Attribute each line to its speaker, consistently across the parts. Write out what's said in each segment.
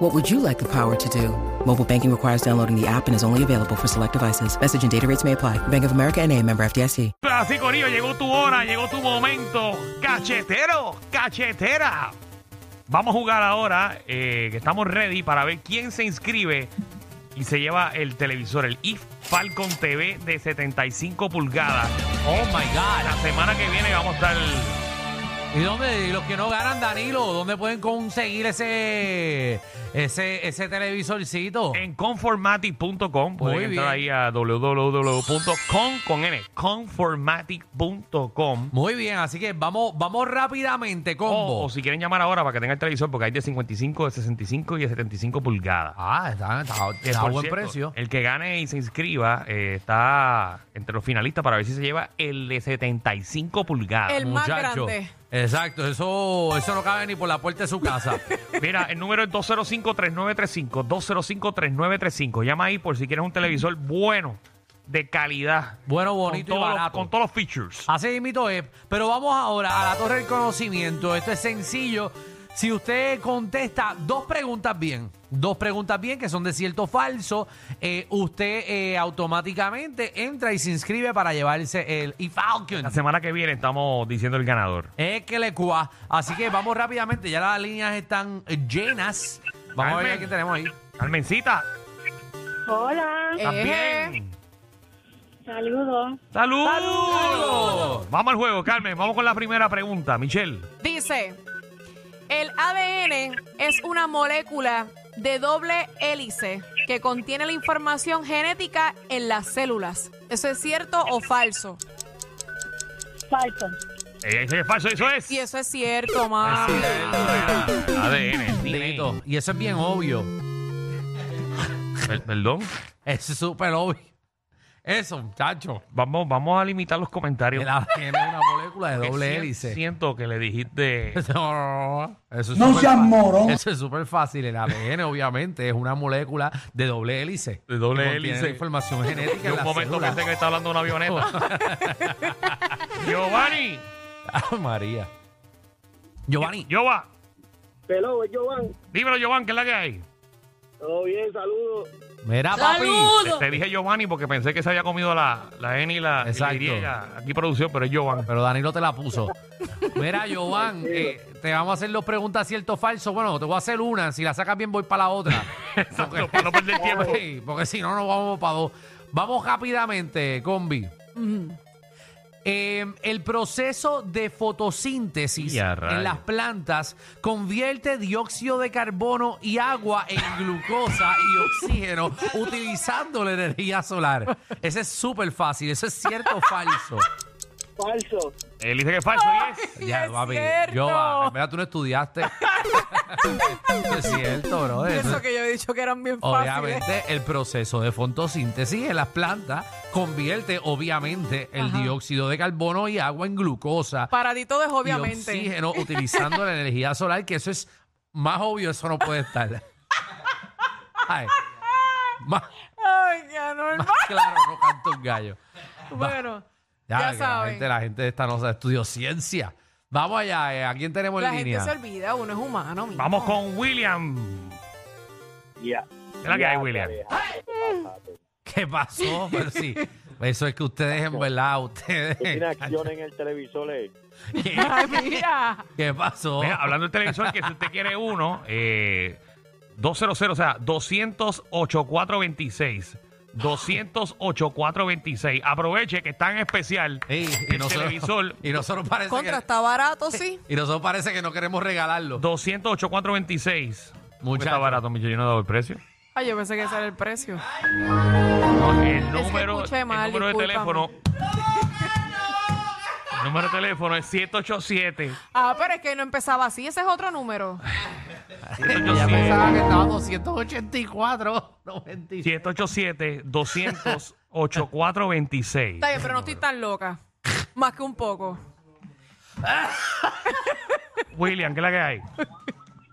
Speaker 1: What would you like the power to do? Mobile banking requires downloading the app and is only available for select devices. Message and data rates may apply. Bank of America and a member FDIC.
Speaker 2: Así, Corillo, llegó tu hora, llegó tu momento. Cachetero, cachetera. Vamos a jugar ahora, eh, que estamos ready para ver quién se inscribe y se lleva el televisor, el IF Falcon TV de 75 pulgadas.
Speaker 3: Oh my
Speaker 2: La
Speaker 3: God.
Speaker 2: semana que viene vamos a estar...
Speaker 3: ¿Y dónde y los que no ganan, Danilo? ¿Dónde pueden conseguir ese ese ese televisorcito?
Speaker 2: En conformatic.com pueden
Speaker 3: Muy
Speaker 2: entrar ahí
Speaker 3: bien.
Speaker 2: a www.con con n, conformatic.com
Speaker 3: Muy bien, así que vamos vamos rápidamente
Speaker 2: o,
Speaker 3: combo.
Speaker 2: Oh, o si quieren llamar ahora para que tengan el televisor porque hay de 55, de 65 y de 75 pulgadas.
Speaker 3: Ah, está, está,
Speaker 2: Que,
Speaker 3: está a
Speaker 2: por
Speaker 3: buen
Speaker 2: cierto,
Speaker 3: precio.
Speaker 2: El que gane y se inscriba eh, está entre los finalistas para ver si se lleva el de 75 pulgadas.
Speaker 4: El más grande.
Speaker 3: Exacto, eso eso no cabe ni por la puerta de su casa.
Speaker 2: Mira, el número es 205-3935. 205-3935. Llama ahí por si quieres un televisor bueno, de calidad.
Speaker 3: Bueno,
Speaker 2: con
Speaker 3: bonito y
Speaker 2: todos los-
Speaker 3: barato.
Speaker 2: con todos los features.
Speaker 3: Así mito es. Pero vamos ahora a la torre del conocimiento. Esto es sencillo. Si usted contesta dos preguntas bien, dos preguntas bien que son de cierto o falso, eh, usted eh, automáticamente entra y se inscribe para llevarse el E-Falcon.
Speaker 2: La semana que viene estamos diciendo el ganador.
Speaker 3: Es que le cua. Así que vamos rápidamente, ya las líneas están eh, llenas. Vamos a ver
Speaker 2: Carmen.
Speaker 3: a quién tenemos ahí.
Speaker 2: Carmencita,
Speaker 5: Hola,
Speaker 2: ¿estás
Speaker 4: Eje.
Speaker 2: bien?
Speaker 5: saludos.
Speaker 2: ¡Salud!
Speaker 3: ¡Saludos!
Speaker 2: Vamos al juego, Carmen. Vamos con la primera pregunta, Michelle.
Speaker 4: Dice, el ADN es una molécula de doble hélice que contiene la información genética en las células. ¿Eso es cierto o falso?
Speaker 5: Falso.
Speaker 2: Ella dice que eh, es falso, eso es.
Speaker 4: Si eso es cierto, ma.
Speaker 2: ADN,
Speaker 3: Dito, Y eso es bien obvio.
Speaker 2: Per- Perdón.
Speaker 3: Eso es súper obvio. Eso, muchacho.
Speaker 2: Vamos, vamos a limitar los comentarios.
Speaker 3: El ADN es una molécula de
Speaker 2: Que
Speaker 3: doble
Speaker 2: sien-
Speaker 3: hélice.
Speaker 2: Siento que le dijiste.
Speaker 3: no eso es
Speaker 6: No
Speaker 3: súper
Speaker 6: seas
Speaker 3: fa-
Speaker 6: morón.
Speaker 3: Eso es súper fácil. El ADN, obviamente, es una molécula de doble hélice.
Speaker 2: De doble
Speaker 3: que contiene
Speaker 2: hélice.
Speaker 3: la información genética.
Speaker 2: Yo
Speaker 3: en
Speaker 2: un
Speaker 3: las
Speaker 2: momento
Speaker 3: células.
Speaker 2: pensé que está hablando de una avioneta. Giovanni,
Speaker 3: Ah, María. Giovanni.
Speaker 2: Giova,
Speaker 7: Hello, es Giovanni.
Speaker 2: dímelo, Giovanni, ¿qué es la que hay?
Speaker 7: Todo bien, saludos.
Speaker 3: Mira, papi.
Speaker 2: Te, te dije Giovanni porque pensé que se había comido la, la N y la, y la
Speaker 3: Exacto.
Speaker 2: Y. Aquí producción, pero es Giovanni.
Speaker 3: Pero Danilo te la puso. Mira, Giovanni, eh, te vamos a hacer dos preguntas cierto o falso. Bueno, te voy a hacer una. Si la sacas bien, voy para la otra.
Speaker 2: Exacto, para no perder tiempo.
Speaker 3: Sí, porque si no, nos vamos para dos. Vamos rápidamente, combi. Eh, el proceso de fotosíntesis
Speaker 2: Y a rayos.
Speaker 3: en las plantas convierte dióxido de carbono y agua en glucosa y oxígeno utilizando la energía solar. Ese es súper fácil. ¿Eso es cierto o falso?
Speaker 7: Falso.
Speaker 2: Él dice que es falso y es.
Speaker 4: Sí, es cierto.
Speaker 3: Yo, ah, mira, tú no estudiaste. Eso es cierto, bro.
Speaker 4: Y Eso que yo he dicho que eran bien
Speaker 3: Oh,
Speaker 4: fáciles.
Speaker 3: Obviamente, el proceso de fotosíntesis en las plantas convierte, obviamente, el
Speaker 4: Ajá.
Speaker 3: dióxido de carbono y agua en glucosa
Speaker 4: Para ti todo es
Speaker 3: y
Speaker 4: obviamente.
Speaker 3: oxígeno utilizando la energía solar, que eso es más obvio, eso no puede estar. Ay, más,
Speaker 4: Ay, qué anormal.
Speaker 3: más claro, no canto un gallo.
Speaker 4: Bueno,
Speaker 3: Ya,
Speaker 4: Ya
Speaker 3: que la,
Speaker 4: saben.
Speaker 3: gente, la gente de esta no sabe, estudió ciencia. Vamos allá, eh, ¿a quién tenemos
Speaker 4: la
Speaker 3: en
Speaker 4: gente
Speaker 3: línea?
Speaker 4: se olvida, uno es humano. mijo.
Speaker 2: Vamos con William.
Speaker 7: Ya.
Speaker 2: ¿Qué es la que hay, William?
Speaker 3: ¿Qué pasó? Pero sí, eso es que ustedes, en verdad, ustedes...
Speaker 2: Eh,
Speaker 7: Tiene acción en el televisor. eh.
Speaker 3: ¿Qué,
Speaker 4: Ay, mira.
Speaker 3: qué
Speaker 4: Oh.
Speaker 3: pasó?
Speaker 2: Mira, hablando del televisor, que si usted quiere uno, eh, 200, o sea, 208-426. 208-426. Aproveche que está en especial
Speaker 3: Sí,
Speaker 2: el televisor.
Speaker 3: y nosotros parece
Speaker 4: Contra,
Speaker 3: que,
Speaker 4: está barato, sí.
Speaker 3: y nosotros parece que no queremos regalarlo.
Speaker 2: 208-426.
Speaker 3: Muchacho.
Speaker 2: Está barato, Micho, yo no he dado el precio.
Speaker 4: Ay, yo pensé que ese era el precio.
Speaker 2: No, el
Speaker 4: que
Speaker 2: número,
Speaker 4: escuché
Speaker 2: el
Speaker 4: mal,
Speaker 2: número de
Speaker 4: discúlpame.
Speaker 2: teléfono. El número de teléfono es 787.
Speaker 4: Ah, pero es que no empezaba así, ese es otro número.
Speaker 3: Ya pensaba que estaba 284, 95.
Speaker 2: 787 208 426
Speaker 4: Está bien, pero no estoy tan loca. Más que un poco.
Speaker 2: William, ¿qué es la que hay?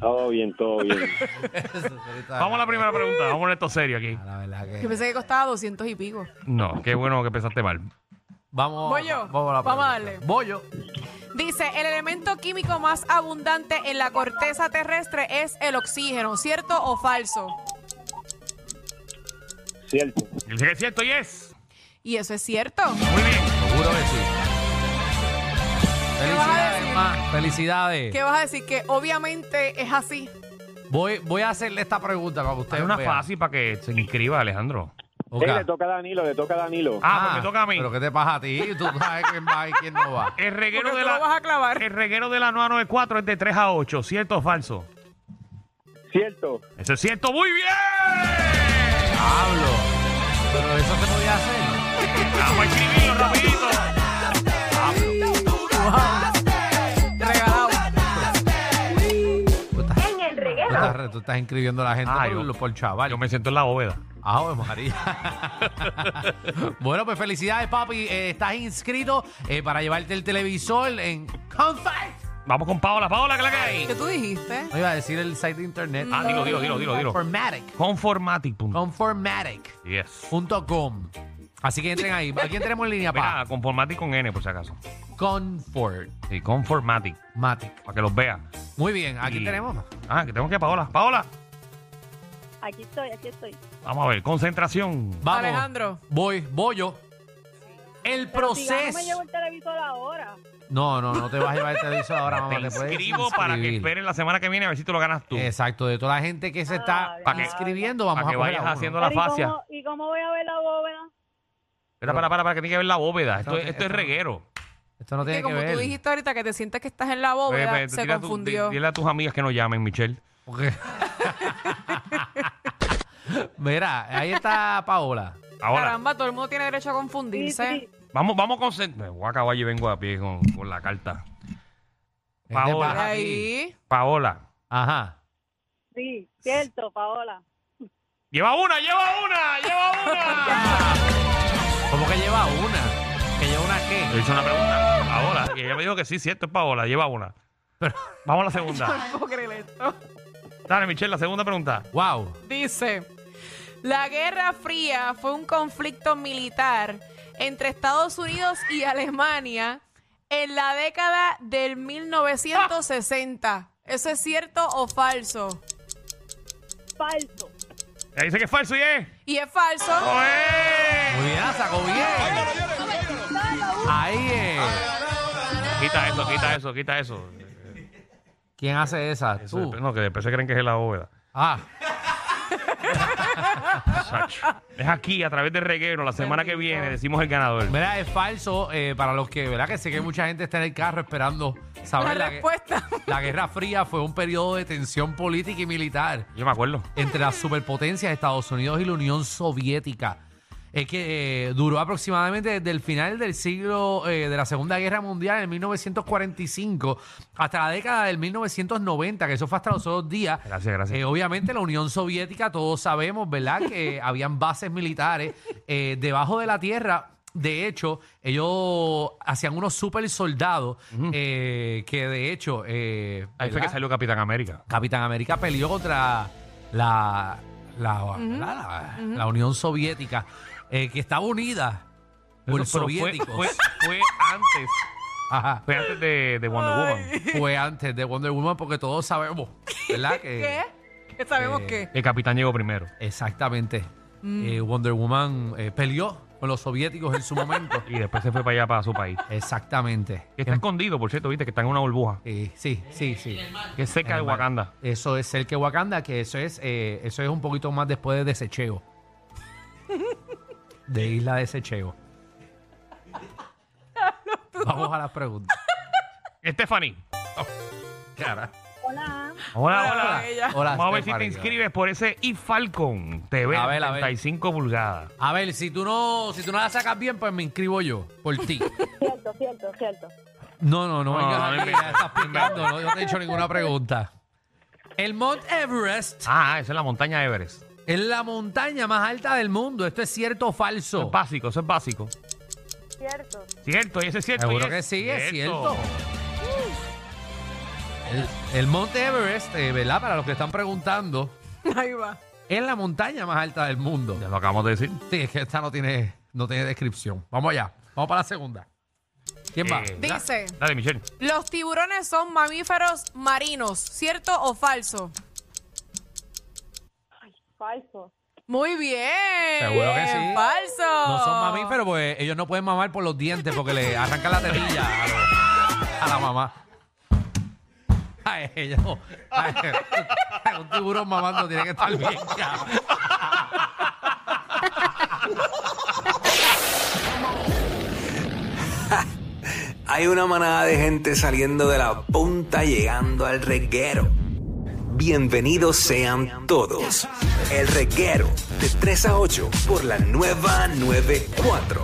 Speaker 7: Todo bien, todo bien.
Speaker 2: Vamos a la primera pregunta, vamos a poner esto serio aquí.
Speaker 3: La verdad que.
Speaker 4: Yo pensé que costaba 200 y pico.
Speaker 2: No, qué bueno que empezaste mal.
Speaker 3: Vamos,
Speaker 4: Voy yo.
Speaker 3: vamos a la
Speaker 4: Vamos a
Speaker 3: pregunta.
Speaker 4: darle.
Speaker 3: Voy yo.
Speaker 4: Dice, el elemento químico más abundante en la corteza terrestre es el oxígeno, ¿cierto o falso?
Speaker 7: Cierto.
Speaker 2: Dice que es cierto y es.
Speaker 4: Y eso es cierto.
Speaker 2: Muy bien.
Speaker 3: Seguro que sí.
Speaker 4: ¿Qué vas a
Speaker 3: Felicidades,
Speaker 4: decir?
Speaker 3: ma. Felicidades.
Speaker 4: ¿Qué vas a decir? Que obviamente es así.
Speaker 3: Voy, voy a hacerle esta pregunta para que usted
Speaker 2: Es una
Speaker 3: vea.
Speaker 2: fácil para que se inscriba, Alejandro.
Speaker 3: Ok.
Speaker 7: Ey, Eh, le toca a Danilo, le toca a Danilo.
Speaker 2: Ah, porque toca a mí.
Speaker 3: Pero ¿qué te pasa a ti? Tú sabes quién va y quién no va.
Speaker 2: El reguero,
Speaker 4: Porque
Speaker 2: de
Speaker 4: tú lo vas
Speaker 2: la, Eh,
Speaker 4: a clavar.
Speaker 2: el reguero de la 994 es de 3 a 8, ¿cierto o falso?
Speaker 7: Cierto.
Speaker 2: Eso es cierto, muy bien.
Speaker 3: Pablo. Pero eso se podía hacer.
Speaker 2: Vamos a escribirlo rapidito.
Speaker 4: Regalado.
Speaker 3: Tú estás, en el reguero. Tú estás, re- tú estás inscribiendo a la gente
Speaker 2: Ah,
Speaker 3: por,
Speaker 2: yo-
Speaker 3: por chaval.
Speaker 2: Yo me siento en la bóveda.
Speaker 3: Ave María. bueno, pues felicidades, papi. Eh, estás inscrito eh, para llevarte el televisor en Confide.
Speaker 2: Vamos con Paola. Paola, ¿qué es la que hay?
Speaker 4: ¿Qué tú dijiste?
Speaker 3: No iba a decir el site de internet.
Speaker 2: Ah, dilo, dilo, dilo, dilo, dilo.
Speaker 3: Conformatic.
Speaker 2: Conformatic.
Speaker 3: Conformatic.
Speaker 2: Yes.
Speaker 3: punto com. Así que entren ahí. ¿A quién tenemos en línea,
Speaker 2: Mira,
Speaker 3: pa?
Speaker 2: conformatic con N, por si acaso.
Speaker 3: Conformatic.
Speaker 2: Sí, conformatic. Para que los vean.
Speaker 3: Muy bien, aquí
Speaker 2: Y-
Speaker 3: tenemos.
Speaker 2: Ah, que tengo que Paola. Paola,
Speaker 5: Aquí estoy, aquí estoy.
Speaker 2: vamos a ver. Concentración.
Speaker 3: Vamos.
Speaker 4: Alejandro.
Speaker 3: Voy, voy yo. El
Speaker 5: Pero si gano, me llevo
Speaker 3: proceso.
Speaker 5: el televisor ahora.
Speaker 3: No, no, no te vas a llevar el televisor ahora, mamá.
Speaker 2: Te
Speaker 3: Te puedes
Speaker 2: inscribo para que
Speaker 3: inscribir.
Speaker 2: esperen la semana que viene a ver si te lo ganas tú.
Speaker 3: Exacto, de toda la gente que se está
Speaker 5: Ah,
Speaker 2: Pa' que-
Speaker 3: inscribiendo,
Speaker 2: Para
Speaker 3: vamos
Speaker 2: que
Speaker 3: a coger a
Speaker 2: vayas
Speaker 3: uno.
Speaker 2: haciendo la
Speaker 5: Pero, ¿y,
Speaker 2: fascia.
Speaker 5: cómo, ¿Y cómo voy a ver la bóveda?
Speaker 2: Espera, para, para, para, que tiene que ver la bóveda. Esto,
Speaker 3: Esto no
Speaker 2: esto
Speaker 3: te-
Speaker 2: es
Speaker 3: esto no-
Speaker 2: reguero.
Speaker 3: Esto no tiene
Speaker 4: Que
Speaker 3: que
Speaker 4: como tú
Speaker 3: ver.
Speaker 4: dijiste ahorita que te sientes que estás en la bóveda,
Speaker 2: Ve, ve,
Speaker 4: se
Speaker 2: Eh, dile a pues, tu-
Speaker 4: confundió.
Speaker 2: di- dile a tus amigas que no llamen, Michelle.
Speaker 3: Porque- Mira, ahí está Paola. Este
Speaker 2: Ahora,
Speaker 4: Caramba, todo el mundo tiene derecho a confundirse.
Speaker 2: vamos, vamos con. se- Me voy a acabar y vengo a pie con, con la carta.
Speaker 3: ¿Qué te
Speaker 2: Paola.
Speaker 3: pasa a ti?
Speaker 4: Ahí.
Speaker 2: Paola.
Speaker 3: Ajá.
Speaker 5: Sí, cierto, Paola.
Speaker 2: ¡Lleva una! ¡Lleva una! ¡Lleva una!
Speaker 3: ¿Cómo que lleva una? ¿Que lleva una
Speaker 2: Yo
Speaker 3: qué?
Speaker 2: hice una pregunta. Paola. Y ella me dijo que sí, cierto, es Paola. Lleva una. Vamos a la segunda.
Speaker 4: No puedo creer esto.
Speaker 2: Dale, Michelle, la segunda pregunta.
Speaker 3: Wow.
Speaker 4: Dice, la Guerra Fría fue un conflicto militar entre Estados Unidos y Alemania en la década del 1960. ¿Eso es cierto o falso?
Speaker 5: Falso.
Speaker 2: Ella dice que es falso y es.
Speaker 4: Y es falso.
Speaker 3: Ah,
Speaker 2: ¡Oe!
Speaker 3: Muy bien, la sacó bien. Ahí es.
Speaker 2: Quita eso, quita eso, quita eso.
Speaker 3: ¿Quién hace esa?
Speaker 2: Eso
Speaker 3: Tú.
Speaker 2: después- no, que después se creen que es la bóveda.
Speaker 3: Ah,
Speaker 2: Sacho. Es aquí, a través de reguero, la semana que viene decimos el ganador.
Speaker 3: mira, es falso eh, para los que, ¿verdad? Que sé que mucha gente está en el carro esperando
Speaker 4: La
Speaker 3: saber la, que-
Speaker 4: respuesta.
Speaker 3: la Guerra Fría fue un periodo de tensión política y militar.
Speaker 2: Yo me acuerdo.
Speaker 3: entre las superpotencias Estados Unidos y la Unión Soviética. Es que eh, duró aproximadamente desde el final del siglo eh, de la Segunda Guerra Mundial en 1945 hasta la década del 1990, que eso fue hasta los otros días.
Speaker 2: Gracias, gracias.
Speaker 3: Eh, obviamente la Unión Soviética, todos sabemos, ¿verdad? Que habían bases militares eh, debajo de la tierra. De hecho, ellos hacían unos super soldados eh, que de hecho... eh,
Speaker 2: Ahí fue
Speaker 3: ¿verdad?
Speaker 2: que salió Capitán América.
Speaker 3: Capitán América peleó contra la, la, la- la- la Unión Soviética, eh, que estaba unida por
Speaker 2: Eso- pero fue,
Speaker 3: soviéticos.
Speaker 2: fue- fue antes.
Speaker 3: Ajá.
Speaker 2: Fue antes de, de Wonder Woman.
Speaker 3: Fue antes de Wonder Woman, porque todos sabemos, ¿verdad?
Speaker 4: ¿Qué?
Speaker 3: Que,
Speaker 4: ¿Qué ¿Sabemos
Speaker 3: eh,
Speaker 4: qué?
Speaker 2: El capitán llegó primero.
Speaker 3: Exactamente. eh, Wonder Woman eh, peleó con los soviéticos en su momento.
Speaker 2: Y después se fue para allá, para su país.
Speaker 3: Exactamente.
Speaker 2: Que está escondido, por cierto, viste, que está en una burbuja.
Speaker 3: Eh, sí, sí, sí.
Speaker 2: Que es cerca de Wakanda.
Speaker 3: Eso es el que Wakanda, que eso es, eh, eso es un poquito más después de Desecheo. De Isla Desecheo. Vamos a las preguntas.
Speaker 2: Stephanie. Oh,
Speaker 3: Cara.
Speaker 5: Hola.
Speaker 2: Hola,
Speaker 4: Hola,
Speaker 2: hola.
Speaker 4: ella.
Speaker 3: Hola,
Speaker 2: Vamos a ver si te
Speaker 3: Stephanie.
Speaker 2: inscribes por ese eFalcon TV
Speaker 3: A
Speaker 2: de
Speaker 3: ver, a ver.
Speaker 2: 35 pulgadas.
Speaker 3: A ver, si tú no, si tú no la sacas bien, pues me inscribo yo, por ti.
Speaker 5: Cierto, cierto, cierto.
Speaker 3: No, no, no,
Speaker 2: No,
Speaker 3: vengas
Speaker 2: no,
Speaker 3: aquí,
Speaker 2: no
Speaker 3: ya estás picando, no, yo no te he hecho ninguna pregunta. El Mount Everest
Speaker 2: Ah, esa es la montaña Everest.
Speaker 3: es la montaña más alta del mundo. ¿Esto es cierto o
Speaker 2: Eso es
Speaker 3: falso?
Speaker 2: básico, eso es básico.
Speaker 5: cierto.
Speaker 2: Cierto, y eso es cierto.
Speaker 3: Seguro
Speaker 2: y
Speaker 3: que sí, es cierto. El, el Monte Everest, eh, ¿verdad? Para los que están preguntando,
Speaker 4: Ahí va.
Speaker 3: es la montaña más alta del mundo.
Speaker 2: Ya lo acabamos de decir.
Speaker 3: Sí, es que esta no tiene, no tiene descripción. Vamos allá. Vamos para la segunda. ¿Quién va?
Speaker 2: Eh, da-
Speaker 4: Dice,
Speaker 2: Dale, Michelle.
Speaker 4: los tiburones son mamíferos marinos, ¿cierto o falso?
Speaker 5: Falso.
Speaker 4: Muy bien.
Speaker 3: Seguro que sí.
Speaker 4: Falso.
Speaker 3: No son mamíferos, pues ellos no pueden mamar por los dientes porque le arrancan la tetilla a, lo- a la mamá. A ella no. A ella- un tiburón mamando tiene que estar bien. cabrón.
Speaker 6: Hay una manada de gente saliendo de la punta llegando al reguero. Bienvenidos sean todos. El reguero de 3 a 8 por la nueva 94.